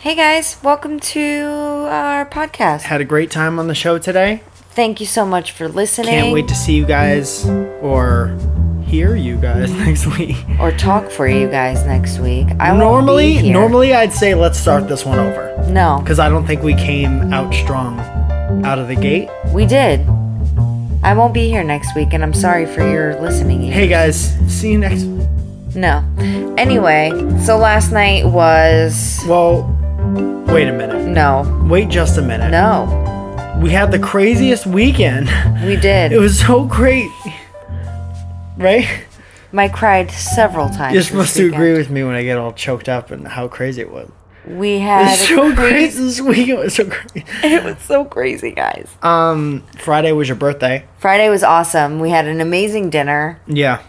Hey guys, welcome to our podcast. Had a great time on the show today. Thank you so much for listening. Can't wait to see you guys or hear you guys next week. or talk for you guys next week. I won't be Normally, here. normally I'd say let's start this one over no, because I don't think we came out strong out of the gate. we did. I won't be here next week, and I'm sorry for your listening. ears. Hey guys, see you next. No. Anyway, so last night was Well, wait a minute. no, Wait just a minute. no. We had the craziest weekend. We did. It was so great. Right? Mike cried several times. You're this supposed to weekend. agree with me when I get all choked up and how crazy it was. We had It's crazy. so crazy. This weekend was so crazy. It was so crazy, guys. Um, Friday was your birthday. Friday was awesome. We had an amazing dinner. Yeah.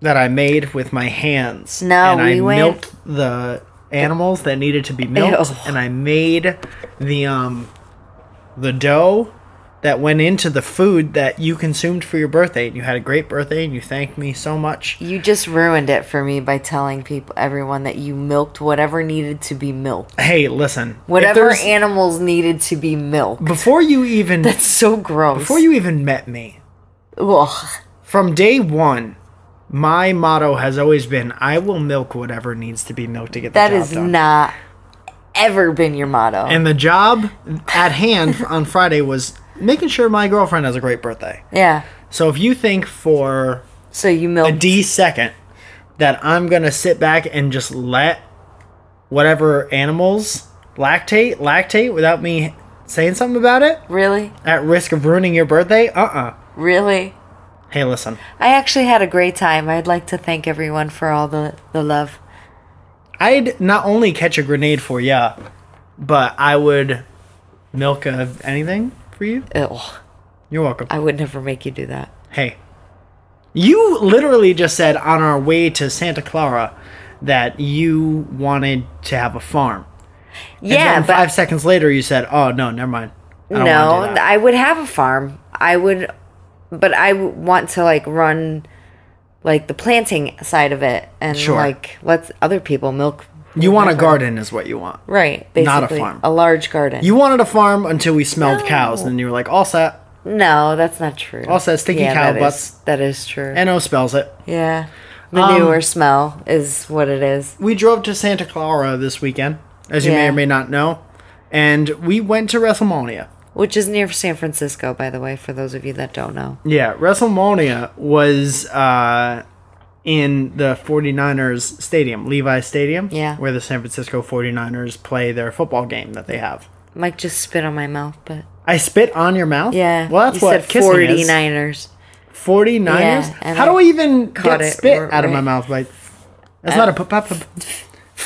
That I made with my hands. No, and I we went- milked the animals that needed to be milked Ew. and I made the um the dough that went into the food that you consumed for your birthday and you had a great birthday and you thanked me so much. You just ruined it for me by telling people, everyone, that you milked whatever needed to be milked. Hey, listen. if Whatever there's- animals needed to be milked. before you even That's so gross. before you even met me, Ugh. from day 1 my motto has always been I will milk whatever needs to be milked to get the that job has done. not ever been your motto. And the job at hand on Friday was making sure my girlfriend has a great birthday. yeah. So if you think for So you a milked D second that I'm going to sit back and just let whatever animals lactate, lactate without me saying something about it really, at risk of ruining your birthday, uh uh really. Hey, listen, I actually had a great time. I'd like to thank everyone for all the, the love. I'd not only catch a grenade for ya, but I would milk a, anything for you. Ew. You're welcome. I would never make you do that. Hey, you literally just said on our way to Santa Clara that you wanted to have a farm. And Yeah, then but five seconds later, you said, "Oh no, never mind." I don't no, wanna do that." I would have a farm. I would, but I w- want to like run, like the planting side of it, and Sure. like let other people milk. you want a garden, is what you want. Right, basically, Not a farm. a large garden. You wanted a farm until we smelled cows, and then you were like, "All set." no, that's not true. Also, stinky cow that is- butts. Um, that is true. No spells it. yeah, manure smell is what it is. We drove to Santa Clara this weekend, as you may Yeah. or may not know, and we went to WrestleMania. Which is near San Francisco, by the way, for those of you that don't know. Yeah, WrestleMania was uh, in the 49ers stadium, Levi Stadium, Yeah. where the San Francisco 49ers play their football game that they have. Mike just spit on my mouth, but I spit on your mouth? yeah. Well, that's you what said kissing 49. 49ers. 49ers? Yeah, and How I do I even caught get it spit r- out of my right. mouth? Like, that's not a p- p- p-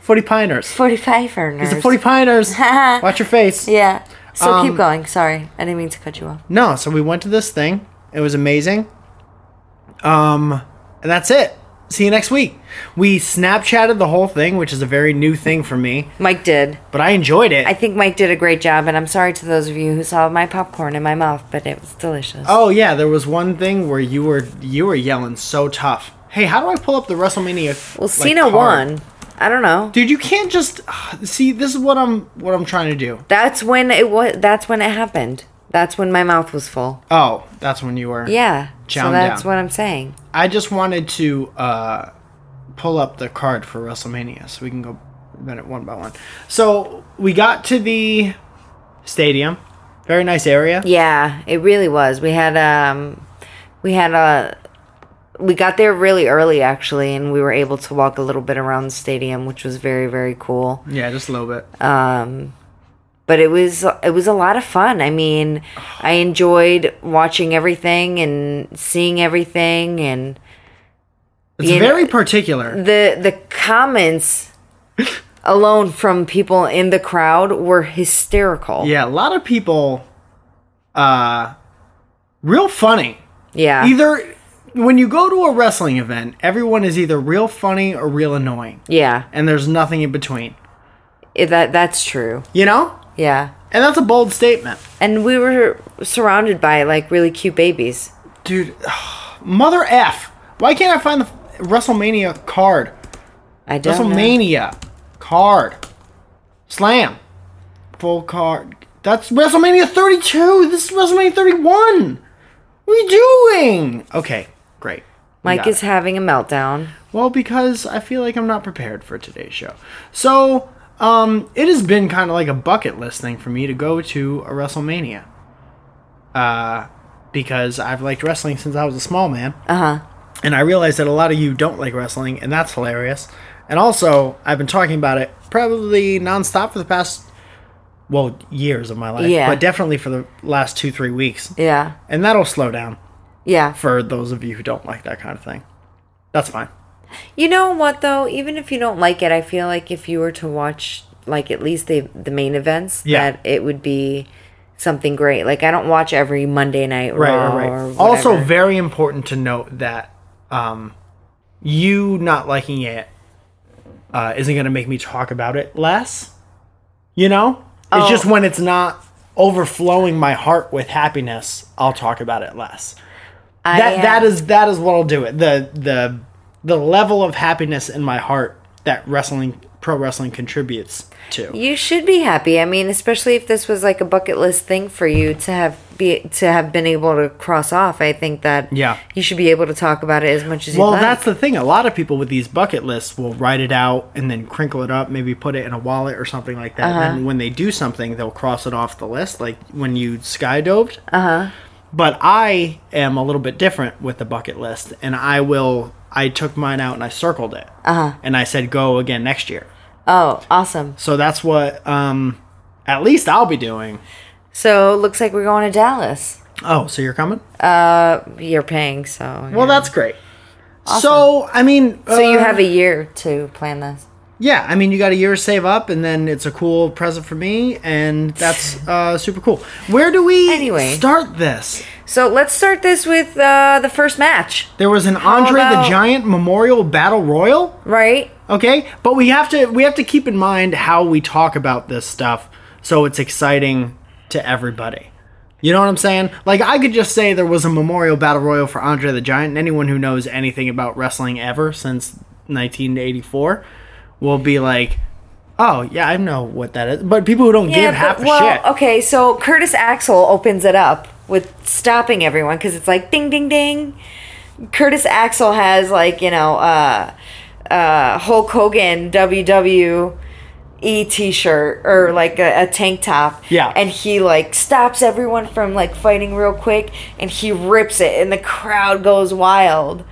40 piners. 45 or It's a 40 piners. Watch your face. Yeah. So Um, keep going. Sorry. I didn't mean to cut you off. No, so we went to this thing. It was amazing. Um, and that's it. See you next week. We Snapchatted the whole thing, which is a very new thing for me, Mike did. but I enjoyed it. I think Mike did a great job, and I'm sorry to those of you who saw my popcorn in my mouth, but it was delicious. oh yeah, there was one thing where you were you were yelling so tough. Hey, how do I pull up the WrestleMania? well, like, Cena card? won. I don't know. Dude, you can't just see. This is what I'm what I'm trying to do. That's when it was. That's when it happened. That's when my mouth was full. Oh, that's when you were. Yeah. so Chowing that's down. what I'm saying. I just wanted to uh, pull up the card for WrestleMania so we can go minute one by one. So we got to the stadium, very nice area. Yeah, it really was. We had um, we had a. We got there really early, actually, and we were able to walk a little bit around the stadium, which was very, very cool. Yeah, just a little bit. um but it was it was a lot of fun i mean i enjoyed watching everything and seeing everything and It's you know- very particular. the the comments alone from people in the crowd were hysterical Yeah, a lot of people, uh, real funny. yeah Either when you go to a wrestling event, everyone is either real funny or real annoying, yeah and there's nothing in between. It- that that's true You know, yeah and that's a bold statement. and we were surrounded by like really cute babies Dude, mother F. Why can't I find the WrestleMania card? i don't know WrestleMania card. Slam. Full card. That's WrestleMania 32. This is WrestleMania 31. What are you doing? Okay, great. We Mike got is it. having a meltdown. Well, because I feel like I'm not prepared for today's show. So, um, it has been kind of like a bucket list thing for me to go to a WrestleMania. Uh, because I've liked wrestling since I was a small man. Uh huh. And I realize that a lot of you don't like wrestling, and that's hilarious. And also, I've been talking about it probably nonstop for the past, well, years of my life. Yeah. But definitely for the last two, three weeks. Yeah. And that'll slow down Yeah. for those of you who don't like that kind of thing. That's fine. You know what though? Even if you don't like it, I feel like if you were to watch like at least the the main events, Yeah. that it would be something great. Like I don't watch every Monday night Right, Raw right, or right. Also, whatever. very important to note that um, you not liking it uh, isn't going to make me talk about it less. You know? It's Oh. just when it's not overflowing my heart with happiness, I'll talk about it less. I That am- that is that is what'll do it. The the the level of happiness in my heart that wrestling pro wrestling contributes to. You should be happy. I mean, especially if this was like a bucket list thing for you to have be to have been able to cross off. I think that Yeah. you should be able to talk about it as much as Well, you like. that's the thing. A lot of people with these bucket lists will write it out and then crinkle it up, maybe put it in a wallet or something like that. And Uh-huh. then when they do something, they'll cross it off the list, like when you skydived. Uh Uh-huh. huh. But I am a little bit different with the bucket list, and I will. I took mine out and I circled it, uh-huh. and I said go again next year. oh, awesome. So that's what, um, at least I'll be doing. So looks like we're going to Dallas. Oh, so you're coming? You're paying, so Well, uh, that's great. So I mean, so you have a year to plan this. yeah i mean you got a year to save up and then it's a cool present for me and that's uh, super cool where do we Anyway. start this So let's start this with uh, the first match, there was an andre about- the giant memorial battle royal right? okay but we have to we have to keep in mind how we talk about this stuff so it's exciting to everybody you know what i'm saying like i could just say there was a memorial battle royal for andre the giant and anyone who knows anything about wrestling ever since 1984 will be like oh yeah i know what that is but people who don't give half a well, shit okay. So Curtis Axel opens it up with stopping everyone because it's like ding, ding, ding. Curtis Axel has like you know uh, uh, Hulk Hogan WWE T-shirt or like a, a tank top. Yeah. and he like stops everyone from like fighting real quick, and he rips it, and the crowd goes wild.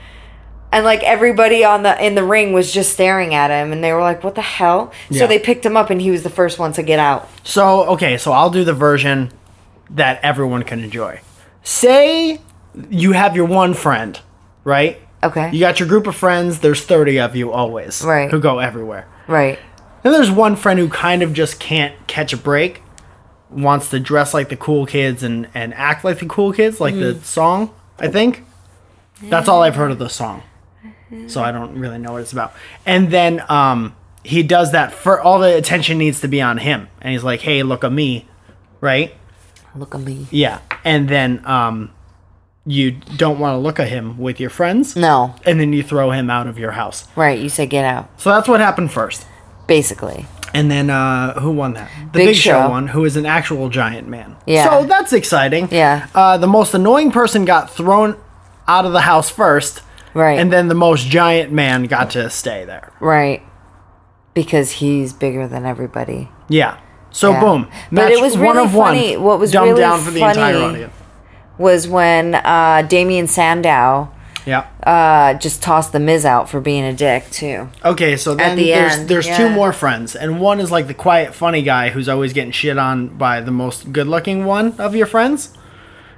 And like everybody on the in the ring was just staring at him, and they were like, "What the hell?" Yeah. So they picked him up, and he was the first one to get out. So, okay, so I'll do the version that everyone can enjoy. Say you have your one friend, right? Okay. You got your group of friends, there's 30 of you always. Right. Who go everywhere. Right. Then there's one friend who kind of just can't catch a break, wants to dress like the cool kids and, and act like the cool kids, like the song, I think. That's all I've heard of the song. So I don't really know what it's about. And then um, he does that for all the attention needs to be on him. And he's like, hey, look at me, right? Look at me. Yeah. And then um, you don't want to look at him with your friends. No. And then you throw him out of your house. Right. You say get out, So that's what happened first. basically. And then uh, who won that? The Big, Big Show. Show. won, who is an actual giant man. Yeah. So that's exciting. Yeah. Uh, the most annoying person got thrown out of the house first. Right. And then the most giant man got to stay there. Right. Because he's bigger than everybody. Yeah. So Yeah. boom. But it was one really of funny- one. what was dumbed really down for the entire funny- audience. Was when uh, Damian Sandow Yeah. uh, just tossed the Miz out for being a dick too. Okay, so then the there's end, there's two yeah. more friends, and one is like the quiet, funny guy who's always getting shit on by the most good-looking one of your friends,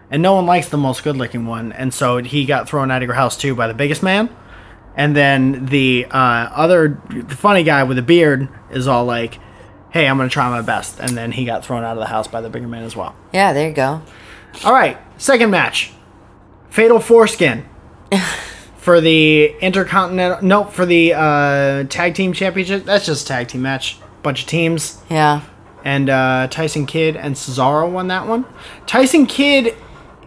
and no one likes the most good-looking one, and so he got thrown out of your house too by the biggest man, and then the uh, other the funny guy with a beard is all like, "Hey, I'm gonna try my best," and then he got thrown out of the house by the bigger man as well. Yeah, there you go. All right, second match, fatal foreskin for the intercontinental. No, for the uh, tag team championship. That's just a tag team match. Bunch of teams, Yeah. and uh, Tyson Kidd and Cesaro won that one. Tyson Kidd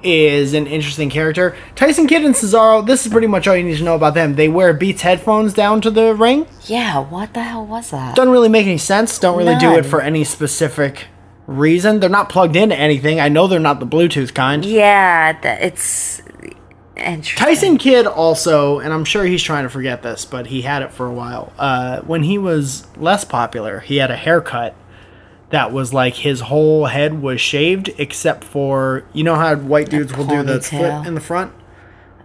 is an interesting character. Tyson Kidd and Cesaro, this is pretty much all you need to know about them. They wear Beats headphones down to the ring. Yeah, what the hell was that? Doesn't really make any sense. Don't really do None. it for any specific reason. They're not plugged into anything. I know they're not the Bluetooth kind. Yeah, th- it's interesting. Tyson Kidd also, and I'm sure he's trying to forget this, but he had it for a while. Uh, when he was less popular, he had a haircut that was like his whole head was shaved except for you know how white dudes will do ponytail. the Oh, flip in the front.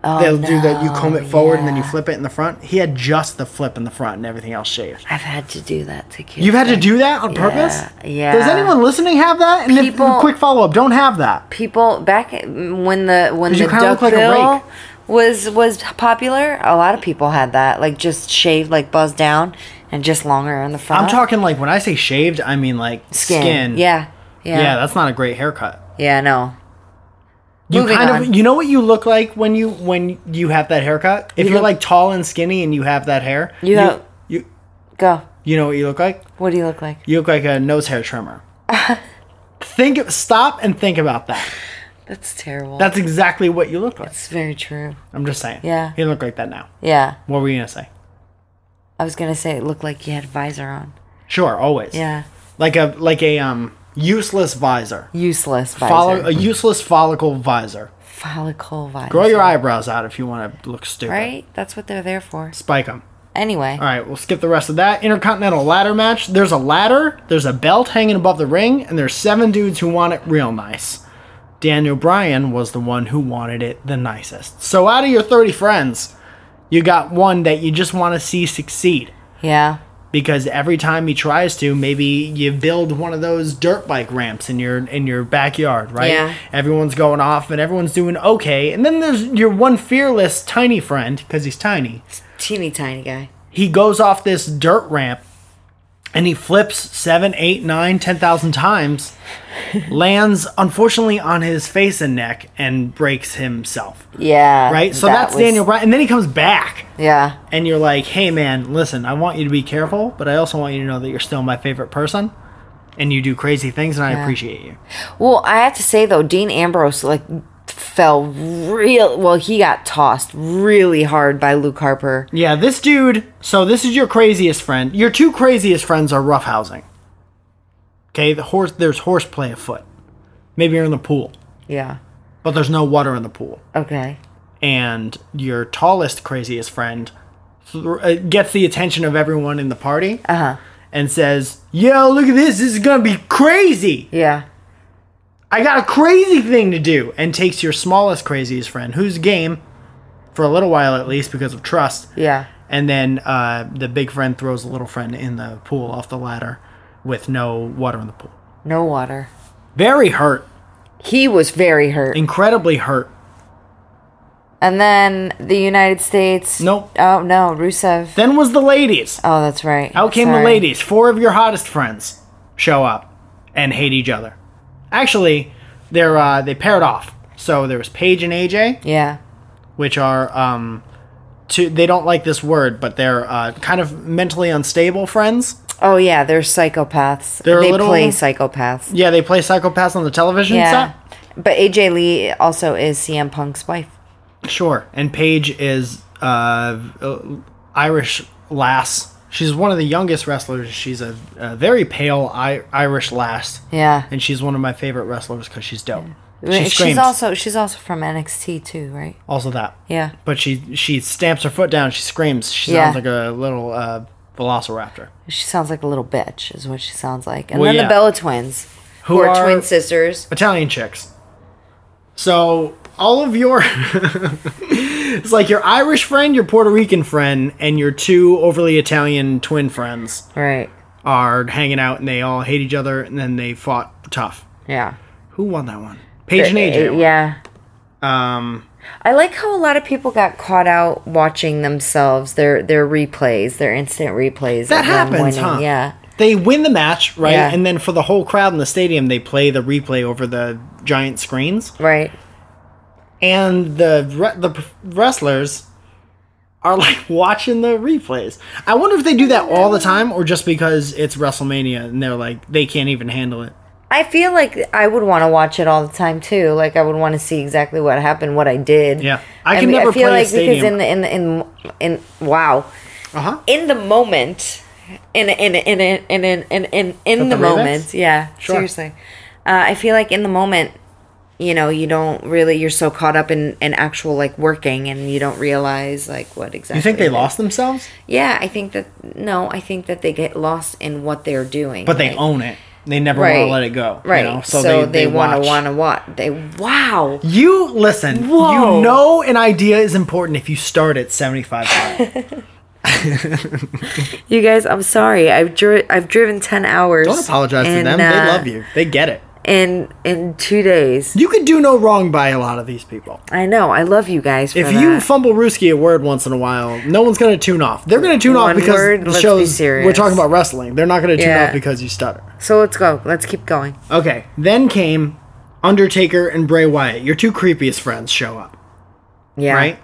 They'll do that. You comb it no, forward and then you yeah. flip it in the front. He had just the flip in the front and everything else shaved. I've had to do that to kids. You've had to do that on Yeah, purpose. yeah. Does anyone listening have that? And People- if, quick follow up. Don't have that. people back when the when 'Cause you the kinda duck look like a rake. bill was was popular. A lot of people had that, like just shaved, like buzzed down, and just longer in the front. I'm talking like when I say shaved, I mean like skin. Uh, Yeah, yeah, Yeah, yeah. that's not a great haircut. no, You Moving kind on. of you know what you look like when you when you have that haircut? If You you are look- like tall and skinny and you have that hair, You have- you, you go. you know what you look like? What do you look like? You look like a nose hair trimmer. think of- stop and think about that. That's terrible. That's exactly what you look like. That's very true. I'm just saying. Yeah. You look like that now. Yeah, What were you gonna say? I was gonna say it looked like you had a visor on. Sure, always. Yeah, Like a like a um useless visor. useless visor. Follow a useless follicle visor. follicle visor. Grow your eyebrows out if you want to look stupid. Right, that's what they're there for. Spike them. Anyway, All right, we'll skip the rest of that. Intercontinental ladder match. There's a ladder, there's a belt hanging above the ring, and there's seven dudes who want it real nice. Daniel Bryan was the one who wanted it the nicest. So out of your 30 friends, you got one that you just want to see succeed yeah, because every time he tries to, maybe you build one of those dirt bike ramps in your in your backyard, right? Yeah. Everyone's going off and everyone's doing okay. And then there's your one fearless tiny friend because he's tiny teeny tiny guy. he goes off this dirt ramp and he flips seven, eight, nine, ten thousand times, lands unfortunately on his face and neck and breaks himself. Yeah, Right? So that that's was- Daniel Bryan. And then he comes back Yeah, and you're like, hey man, listen, I want you to be careful, but I also want you to know that you're still my favorite person and you do crazy things and I appreciate you. Well, I have to say though, Dean Ambrose like fell real. Well, he got tossed really hard by Luke Harper. Yeah, this dude. So this is your craziest friend. Your two craziest friends are roughhousing. Okay, the horse. There's horseplay afoot. Maybe you're in the pool, Yeah. but there's no water in the pool. Okay. And your tallest craziest friend th- uh, gets the attention of everyone in the party Uh huh. and says, "Yo, look at this. This is gonna be crazy. Yeah. I got a crazy thing to do." And takes your smallest craziest friend, who's game for a little while at least because of trust, Yeah. and then uh, the big friend throws the little friend in the pool off the ladder with no water in the pool. No water. Very hurt, He was very hurt. incredibly hurt. And then the United States. Nope. Oh no, Rusev. Then was the ladies. Oh, that's right. Out came Sorry. the ladies. Four of your hottest friends show up and hate each other. Actually, they're uh, they paired off. So there was Paige and AJ, Yeah. which are um, two. They don't like this word, but they're uh, kind of mentally unstable friends. Oh yeah, they're psychopaths. They're a they little- play psychopaths. Yeah, they play psychopaths on the television Yeah. set. But AJ Lee also is CM Punk's wife. Sure. And Paige is uh, uh, Irish lass. She's one of the youngest wrestlers. She's a, a very pale I- Irish lass, Yeah. and she's one of my favorite wrestlers because she's dope. She she's screams. Also-, also she's also from NXT too, right? that. Yeah. But she she stamps her foot down. She screams. She Yeah. sounds like a little uh, velociraptor. She sounds like a little bitch, is what she sounds like. And Well, then yeah. the Bella twins, who, Who are, are- twin sisters. Italian chicks. So all of your it's like your Irish friend, your Puerto Rican friend, and your two overly Italian twin friends. Right. are hanging out and they all hate each other and then they fought tough. Yeah. Who won that one? Paige and Uh, AJ. Yeah. Um, I like how a lot of people got caught out watching themselves, their their replays, their instant replays. that of them happens, winning. huh? Yeah. They win the match, right? Yeah. And then for the whole crowd in the stadium, they play the replay over the giant screens, Right. and the re- the p- wrestlers are like watching the replays. I wonder if they do that all the time, or just because it's WrestleMania and they're like they can't even handle it. I feel like I would want to watch it all the time too. Like I would want to see exactly what happened, what I did. Yeah. I can never play a because in stadium. the in the, in in wow, Uh huh. in the moment, in in in in in in in, in, in the the remix? moment, yeah, Sure. seriously, uh, I feel like in the moment, you know, you don't really you're so caught up in in actual like working and you don't realize like what exactly. You think they it is. lost themselves? Yeah, I think that no, I think that they get lost in what they're doing. But they like- own it. They never want Right. to let it go. Right. You know? So, they, want to want to what? They wow. You listen. Whoa. You know an idea is important if you start at seventy-five. times. You guys, I'm sorry. I've dri- I've driven 10 hours. Don't apologize to in, them. uh, they love you. They get it. In in 2 days. You can do no wrong by a lot of these people. I know. I love you guys for If you that. fumble Ruski a word once in a while, no one's going to tune off. They're going to tune One off because word, the let's be shows we're serious. talking about wrestling. They're not going to tune Yeah. off because you stutter. so let's go. Let's keep going. Okay. Then came Undertaker and Bray Wyatt. Your two creepiest friends show up. Yeah. right?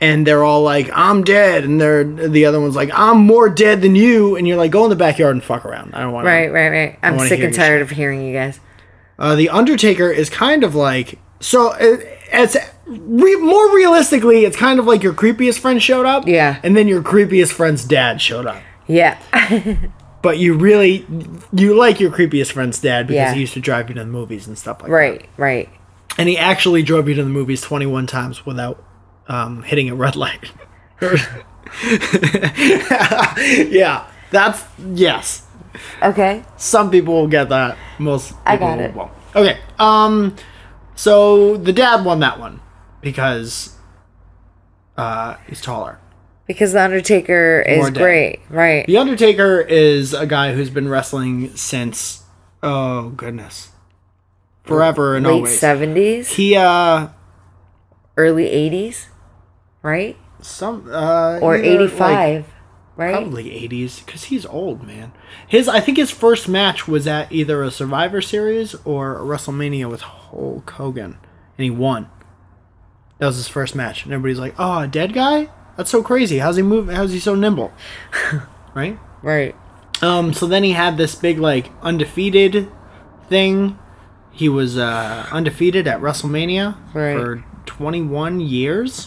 And they're all like, "I'm dead," and they're the other one's like, "I'm more dead than you," and you're like, "Go in the backyard and fuck around. I don't want." Right, right, right. I'm wanna sick hear and your tired of hearing you guys. Uh, the Undertaker is kind of like so. It, it's re- more realistically, it's kind of like your creepiest friend showed up, Yeah. and then your creepiest friend's dad showed up. Yeah. But you really you like your creepiest friend's dad because Yeah. he used to drive you to the movies and stuff like right, right. that. And he actually drove you to the movies 21 times without um, hitting a red light. yeah, that's yes. Okay. Some people will get that. Most people I got it. won't. Okay. Um. So the dad won that one because uh, he's taller. Because the Undertaker is More dead. great. Right. The Undertaker is a guy who's been wrestling since oh goodness, forever and Late always. 70s, He uh early 80s, right? some uh Or either, like, 85, right? Probably 80s, because he's old, man. His, I think his first match was at either a Survivor Series or a WrestleMania with Hulk Hogan, and he won. That was his first match, and everybody's like, "Oh, a dead guy? That's so crazy. How's he move? How's he so nimble?" right? Right. Um. So then he had this big like undefeated thing. He was uh, undefeated at WrestleMania Right. for 21 years.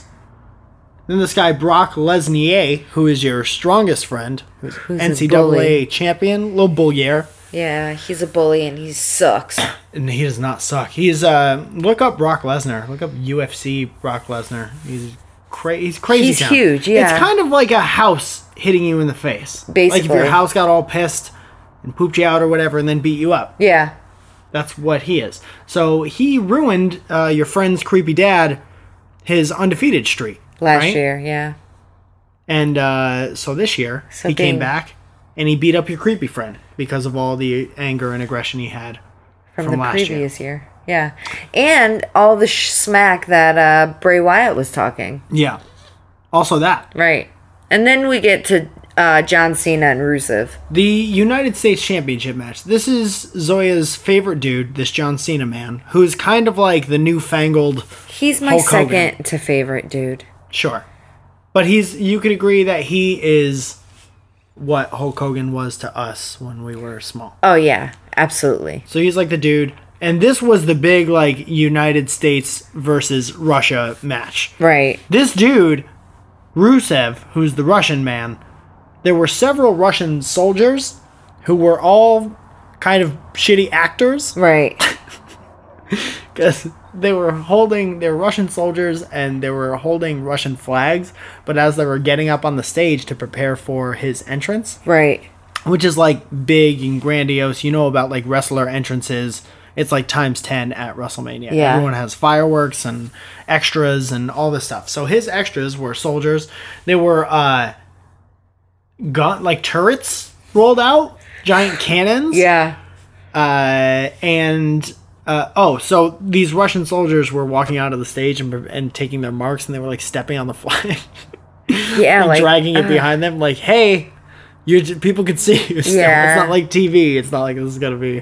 Then this guy Brock Lesnier, who is your strongest friend, who's his NCAA bully. champion, little bullier, Yeah, he's a bully and he sucks. and he does not suck. He's uh, look up Brock Lesnar, look up UFC Brock Lesnar. He's cra- he's crazy. He's town. huge, yeah. it's kind of like a house hitting you in the face. like if your Basically. house got all pissed and pooped you out or whatever, and then beat you up. Yeah. That's what he is. So he ruined uh, your friend's creepy dad, his undefeated streak Last right? year, yeah. And uh, so this year So he came ding. back and he beat up your creepy friend because of all the anger and aggression he had From, from, the last year. previous year. Yeah. And all the sh- smack that uh, Bray Wyatt was talking. Yeah. Also that Right. And then we get to uh, John Cena and Rusev. the United States Championship match. This is Zoya's favorite dude, this John Cena man, who's kind of like the newfangled He's my Hulk Hogan. second to favorite dude. Sure. But he's you could agree that he is what Hulk Hogan was to us when we were small. Oh, yeah. Absolutely. So he's like the dude and this was the big like United States versus Russia match. Right. This dude, Rusev, who's the Russian man, there were several Russian soldiers who were all kind of shitty actors. Right. because they were holding they were Russian soldiers and they were holding Russian flags. But as they were getting up on the stage to prepare for his entrance, Right. which is like big and grandiose, you know about like wrestler entrances. It's like times ten at WrestleMania. Yeah. Everyone has fireworks and extras and all this stuff. So his extras were soldiers. They were uh, gun like turrets rolled out, giant cannons Yeah. uh, and uh, oh, so these Russian soldiers were walking out of the stage and, and taking their marks, and they were like stepping on the flag, Yeah. Like, uh-huh. dragging it behind them, like, "Hey, you j- people can see you." still. Yeah. it's not like TV. It's not like this is gonna be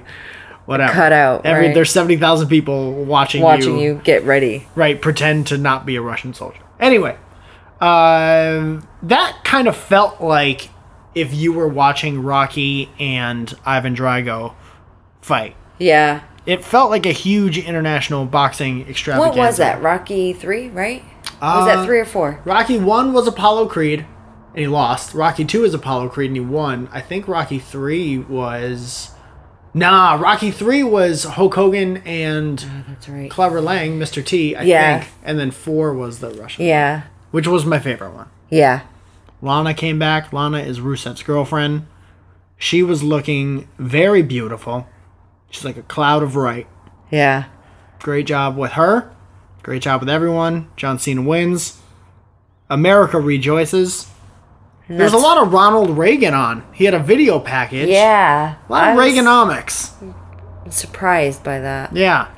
whatever. Cut out, Every right. there's seventy thousand people watching watching you get ready. right pretend to not be a russian soldier anyway um, that kind of felt like if you were watching rocky and ivan drago fight Yeah. It felt like a huge international boxing What extravaganza. was that? Rocky three, right? was Uh, that three or four? Rocky one was Apollo Creed, and he lost. Rocky two is Apollo Creed, and he won. I think Rocky three was. Nah, Rocky three was Hulk Hogan and That's right. Clever Lang, Mr. T, I Mm-hmm. Yeah. think, and then four was the Russian, Yeah. which was my favorite one. Yeah. Lana came back. Lana is Rusev's girlfriend. She was looking very beautiful. She's like a cloud of right. Yeah. Great job with her. Great job with everyone. John Cena wins. America rejoices. There's a that's- lot of Ronald Reagan on. He had a video package. Yeah. A lot of was Reaganomics. Surprised by that. Yeah.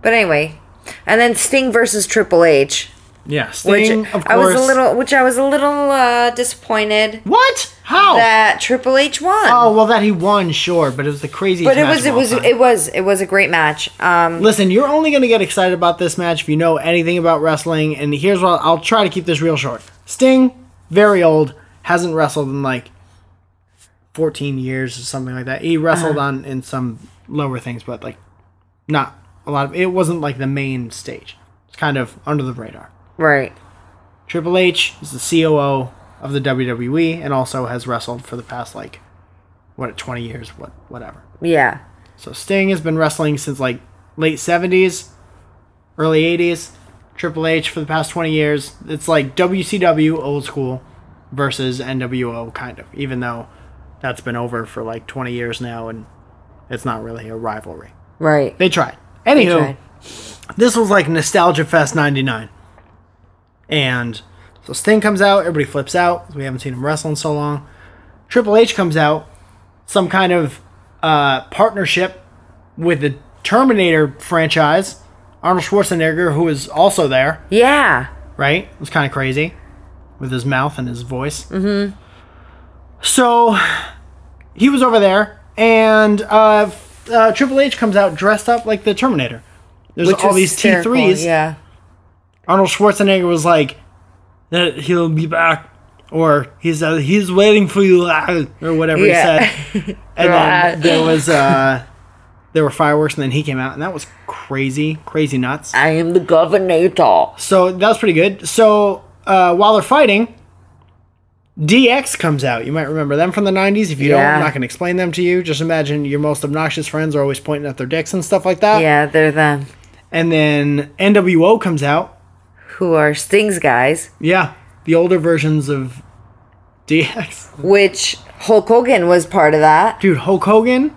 But anyway, and then Sting versus Triple H, Yeah. which Sting, of course. I was a little, which I was a little uh, disappointed What? How? that Triple H won. oh, well, that he won, sure, but it was the craziest but it match was of it all was time. it was it was a great match. Um, Listen, you're only going to get excited about this match if you know anything about wrestling. And here's what I'll try to keep this real short. Sting, very old, hasn't wrestled in like 14 years or something like that. He wrestled on in some lower things, but like not a lot of it wasn't like the main stage. It's kind of under the radar. right. Triple H is the COO of the WWE and also has wrestled for the past like what 20 years, what whatever. Yeah. So Sting has been wrestling since like late 70s, early 80s. Triple H for the past 20 years. It's like WCW old school versus NWO kind of, even though that's been over for like 20 years now and it's not really a rivalry. Right. They tried. Anywho, tried. this was like Nostalgia Fest 99. And so Sting comes out, everybody flips out. We haven't seen him wrestle in so long. Triple H comes out, some kind of uh, partnership with the Terminator franchise. Arnold Schwarzenegger, who is also there, Yeah. right? It was kind of crazy with his mouth and his voice. Mm-hmm. So he was over there, and uh, f- uh, Triple H comes out dressed up like the Terminator. There's all was these hysterical, T3s. Yeah. Arnold Schwarzenegger was like, "Eh, "He'll be back," or "He's uh, he's waiting for you," ah," or whatever Yeah. he said. And then there was uh, there were fireworks, and then he came out, and that was crazy, crazy nuts. I am the governator. So that was pretty good. So uh, while they're fighting, DX comes out. You might remember them from the 90s. If you don't, Yeah. I'm not going to explain them to you. Just imagine your most obnoxious friends are always pointing at their dicks and stuff like that. Yeah, they're them. And then NWO comes out. Who are Sting's guys? Yeah, the older versions of DX. Which Hulk Hogan was part of that. Dude, Hulk Hogan,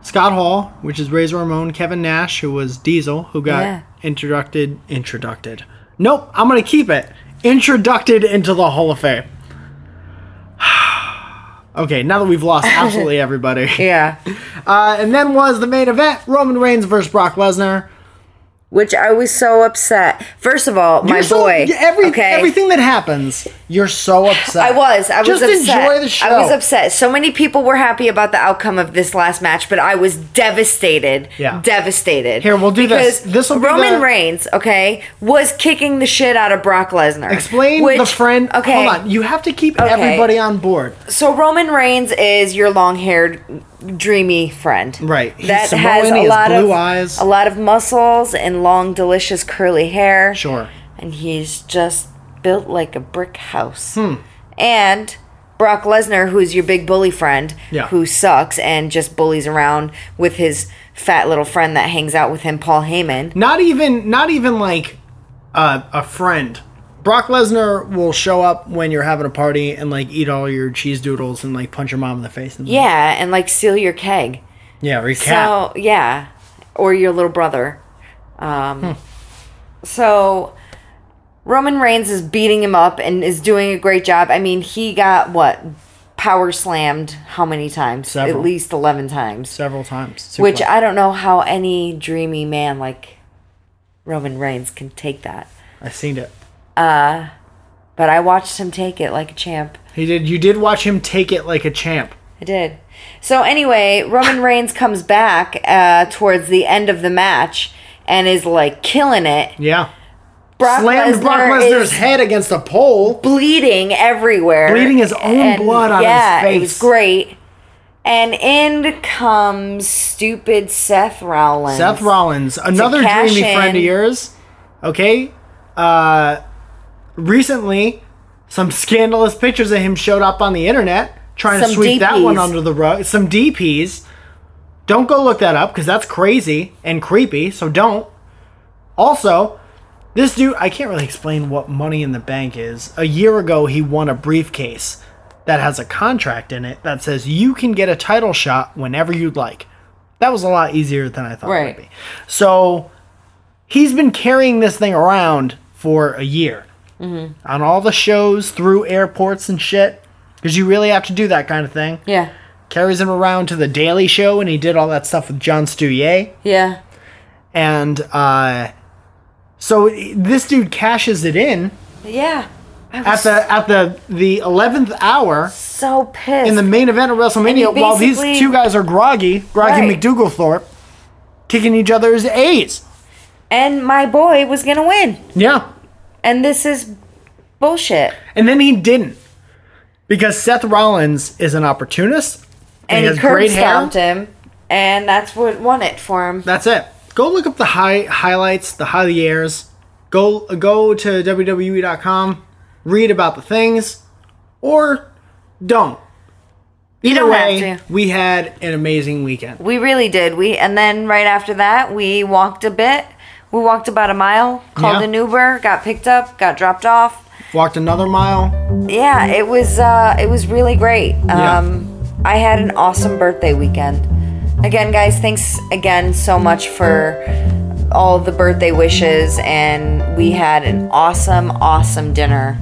Scott Hall, which is Razor Ramon, Kevin Nash, who was Diesel, who got Yeah. introducted. Introducted. Nope, I'm going to keep it. Introducted into the Hall of Fame. okay, now that we've lost absolutely everybody. Yeah. Uh, and then was the main event Roman Reigns versus Brock Lesnar. Which I was so upset. First of all, my You're so- boy. every, okay. Everything that happens, you're so upset. I was. I was Just upset. enjoy the show. I was upset. So many people were happy about the outcome of this last match, but I was devastated. Yeah. Devastated. Here, we'll do this. because This'll be Roman the- Reigns, okay, was kicking the shit out of Brock Lesnar. Explain the which- friend. Okay. Hold on. You have to keep Okay. everybody on board. So Roman Reigns is your long-haired, dreamy friend, Right. He's that Samoan, has he a has lot blue of eyes. a lot of muscles and long, delicious curly hair. Sure. And he's just built like a brick house. Hmm. And Brock Lesnar, who's your big bully friend, Yeah. who sucks and just bullies around with his fat little friend that hangs out with him, Paul Heyman. Not even not even like a, a friend. Brock Lesnar will show up when you're having a party and like eat all your cheese doodles and like punch your mom in the face. And Yeah, and like steal your keg. Yeah. Or your cat. So yeah, or your little brother. Hmm. Um, So Roman Reigns is beating him up and is doing a great job. I mean, he got what power slammed how many times? Several. At least eleven times. several times. which Suplex. I don't know how any dreamy man like Roman Reigns can take that. I seen it. But I watched him take it like a champ. He did. You did watch him take it like a champ. I did. So anyway, Roman Reigns comes back uh, towards the end of the match and is like killing it. Yeah. Brock Slammed Brock Lesnar is Lesnar's head against a pole. bleeding everywhere, Bleeding his own blood on his yeah, it face. was great. And in comes stupid Seth Rollins. Seth Rollins, another cash dreamy in. friend of yours. Okay. Uh, recently, some scandalous pictures of him showed up on the internet trying to Some sweep that one DPs. under the rug. Some DPs. Don't go look that up because that's crazy and creepy, so don't. Also, this dude, I can't really explain what Money in the Bank is. A year ago, he won a briefcase that has a contract in it that says you can get a title shot whenever you'd like. That was a lot easier than I thought it Right. would be. So he's been carrying this thing around for a year on all the shows through airports and shit because you really have to do that kind of thing. Yeah. Carries him around to the Daily Show, and he did all that stuff with John Stouye Yeah. and uh, so this dude cashes it in Yeah. I at was the at the the eleventh hour so pissed. in the main event of WrestleMania And he while these basically- two guys are groggy, groggy Right. McDougalthorpe, kicking each other's A's. and my boy was going to win. Yeah, And this is bullshit. and then he didn't because Seth Rollins is an opportunist And has he curb stomped him. And that's what won it for him. That's it. Go look up the high highlights, the highlights. Go go to wwe.com, read about the things, or don't. Either don't have way, to. we had an amazing weekend. We really did. We and then right after that, we walked a bit. We walked about a mile, called Yeah. an Uber, got picked up, got dropped off. Walked another mile. Yeah, it was uh, it was really great. Yeah. Um, I had an awesome birthday weekend. Again, guys, thanks again so much for all the birthday wishes, and we had an awesome, awesome dinner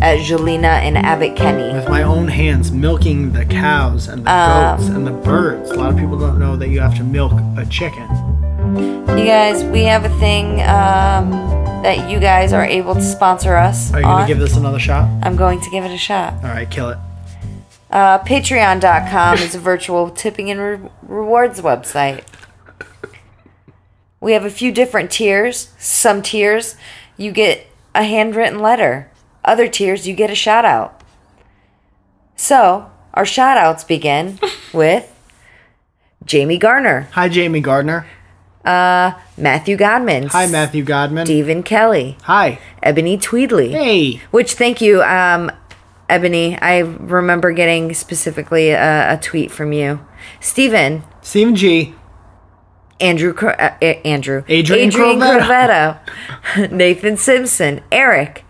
at Jolina and Abbott Kenny. with my own hands, milking the cows and the Uh, goats and the birds. A lot of people don't know that you have to milk a chicken. You guys, we have a thing um, that you guys are able to sponsor us. Are you gonna on. give this another shot? I'm going to give it a shot. All right, kill it. Uh, Patreon.com is a virtual tipping and re- rewards website. We have a few different tiers. Some tiers, you get a handwritten letter. Other tiers, you get a shout out. So, our shout outs begin with Jamie Garner, Hi, Jamie Gardner. uh, Matthew Godman, Hi, Matthew Godman. Stephen Kelly, Hi. Ebony Tweedley. Hey. Which, thank you, um, Ebony. I remember getting specifically a, a tweet from you, Stephen, Stephen G. Andrew, Cro- uh, uh, Andrew, Adrian Crowvetta. Crowvetta, Nathan Simpson, Eric,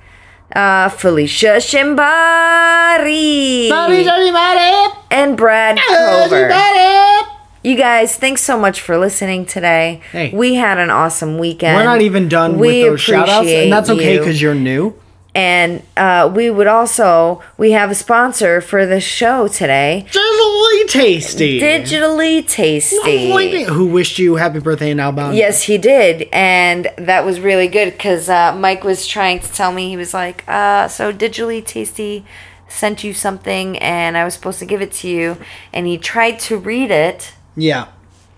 uh, Felicia Sorry, Shimbari, sorry about it. and Brad Cover. Everybody. You guys, thanks so much for listening today. Hey. We had an awesome weekend. We're not even done We with those shout outs, appreciate and that's okay you. because you're new. And uh, we would also we have a sponsor for the show today, Digitally tasty. Digitally Tasty. Who wished you happy birthday in Outbound? Yes, he did, and that was really good because uh, Mike was trying to tell me he was like, uh, "So Digitally Tasty sent you something, and I was supposed to give it to you," and he tried to read it. Yeah.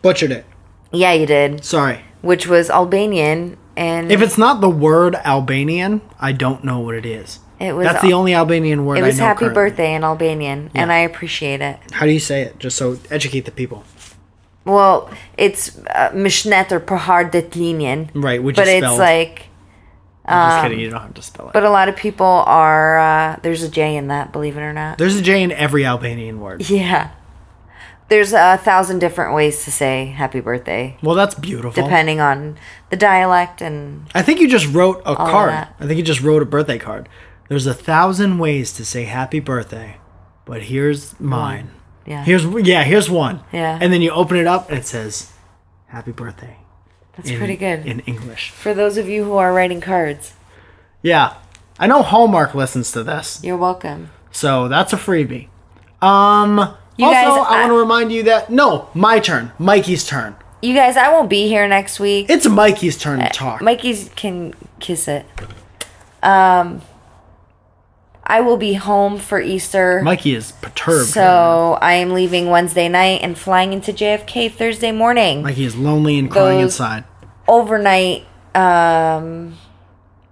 Butchered it. Yeah, you did, Sorry. which was Albanian, and If it's not the word Albanian, I don't know what it is. It was- That's the only Albanian word it was I know. Happy currently. Birthday in Albanian, and I appreciate it. How do you say it? Just so educate the people. Well, it's uh, Mishnet or Pahardetlinien. Right, which But is it's spelled- like, um, I'm just kidding. You don't have to spell it. but a lot of people are, uh, there's a J in that, believe it or not. There's a J in every Albanian word. yeah. There's a thousand different ways to say happy birthday, Well, that's beautiful. depending on the dialect and I think you just wrote a of card. that. I think you just wrote a birthday card. There's a thousand ways to say happy birthday, but here's mine. yeah. Here's yeah, here's one. Yeah. And then you open it up and it says happy birthday. That's pretty good. In English. For those of you who are writing cards, Yeah. I know Hallmark listens to this. you're welcome. So that's a freebie. Um You also, guys, I I- want to remind you that no, my turn. Mikey's turn. You guys, I won't be here next week. It's Mikey's turn Uh, to talk. Mikey's can kiss it. Um, I will be home for Easter. Mikey is perturbed. So I am leaving Wednesday night and flying into JFK Thursday morning. Mikey is lonely and crying Those- inside. Overnight um,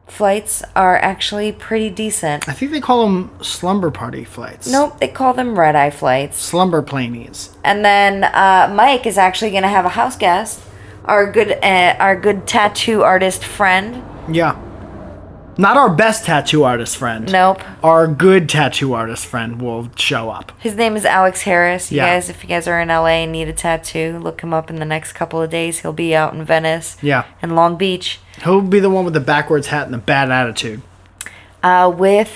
flights are actually pretty decent. I think they call them slumber party flights. Nope, they call them red eye flights. Slumber planies. And then uh, Mike is actually going to have a house guest, our good uh, our good tattoo artist friend. Yeah. Not our best tattoo artist friend. Nope, Our good tattoo artist friend will show up. his name is Alex Harris. You Yeah. guys, if you guys are in LA and need a tattoo, look him up in the next couple of days. He'll be out in Venice Yeah. and Long Beach He'll be the one with the backwards hat and the bad attitude. uh, with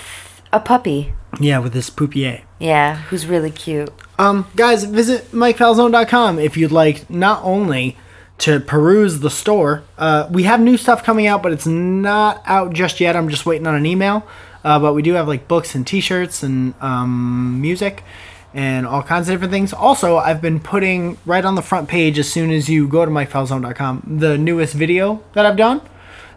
a puppy. Yeah, with his poupier. Yeah, who's really cute. Um, guys, visit MikeFalzone.com if you'd like not only to peruse the store. Uh, we have new stuff coming out, but it's not out just yet. I'm just waiting on an email. Uh, but we do have like books and T-shirts and um, music and all kinds of different things. Also, I've been putting right on the front page as soon as you go to MikeFalzone.com the newest video that I've done.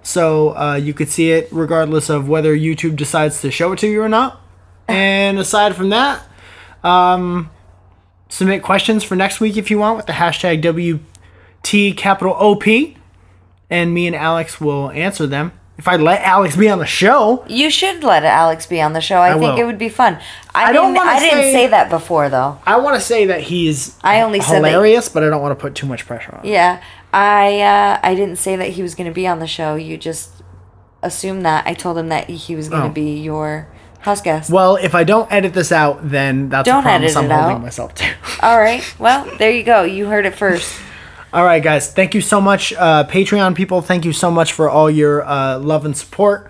So uh, you could see it regardless of whether YouTube decides to show it to you or not. And aside from that, submit questions for next week if you want with the hashtag WT capital OP, and me and Alex will answer them. If I let Alex be on the show, You should let Alex be on the show. I, I think will. it would be fun. I, I don't didn't, wanna I didn't say- say that before though. I want to say that he's I only said that- hilarious, but I don't want to put too much pressure on. him. Yeah, I uh, I didn't say that he was going to be on the show. You just assumed that. I told him that he was going to Oh. be your house guest. Well, if I don't edit this out, then that's Don't a promise edit I'm it holding out. myself to. All right. Well, there you go. You heard it first. all right, guys, thank you so much, uh, Patreon people. Thank you so much for all your uh, love and support.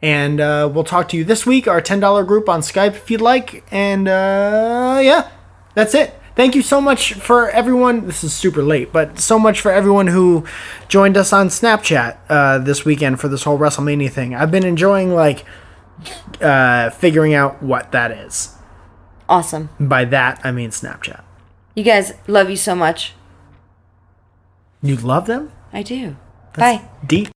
And uh, we'll talk to you this week. Our ten dollar group on Skype, if you'd like. And uh, yeah, that's it. Thank you so much for everyone. This is super late, but so much for everyone who joined us on Snapchat uh, this weekend for this whole WrestleMania thing. I've been enjoying like uh, figuring out what that is. Awesome. By that, I mean Snapchat. You guys love you so much. You love them? I do. Bye. Deep.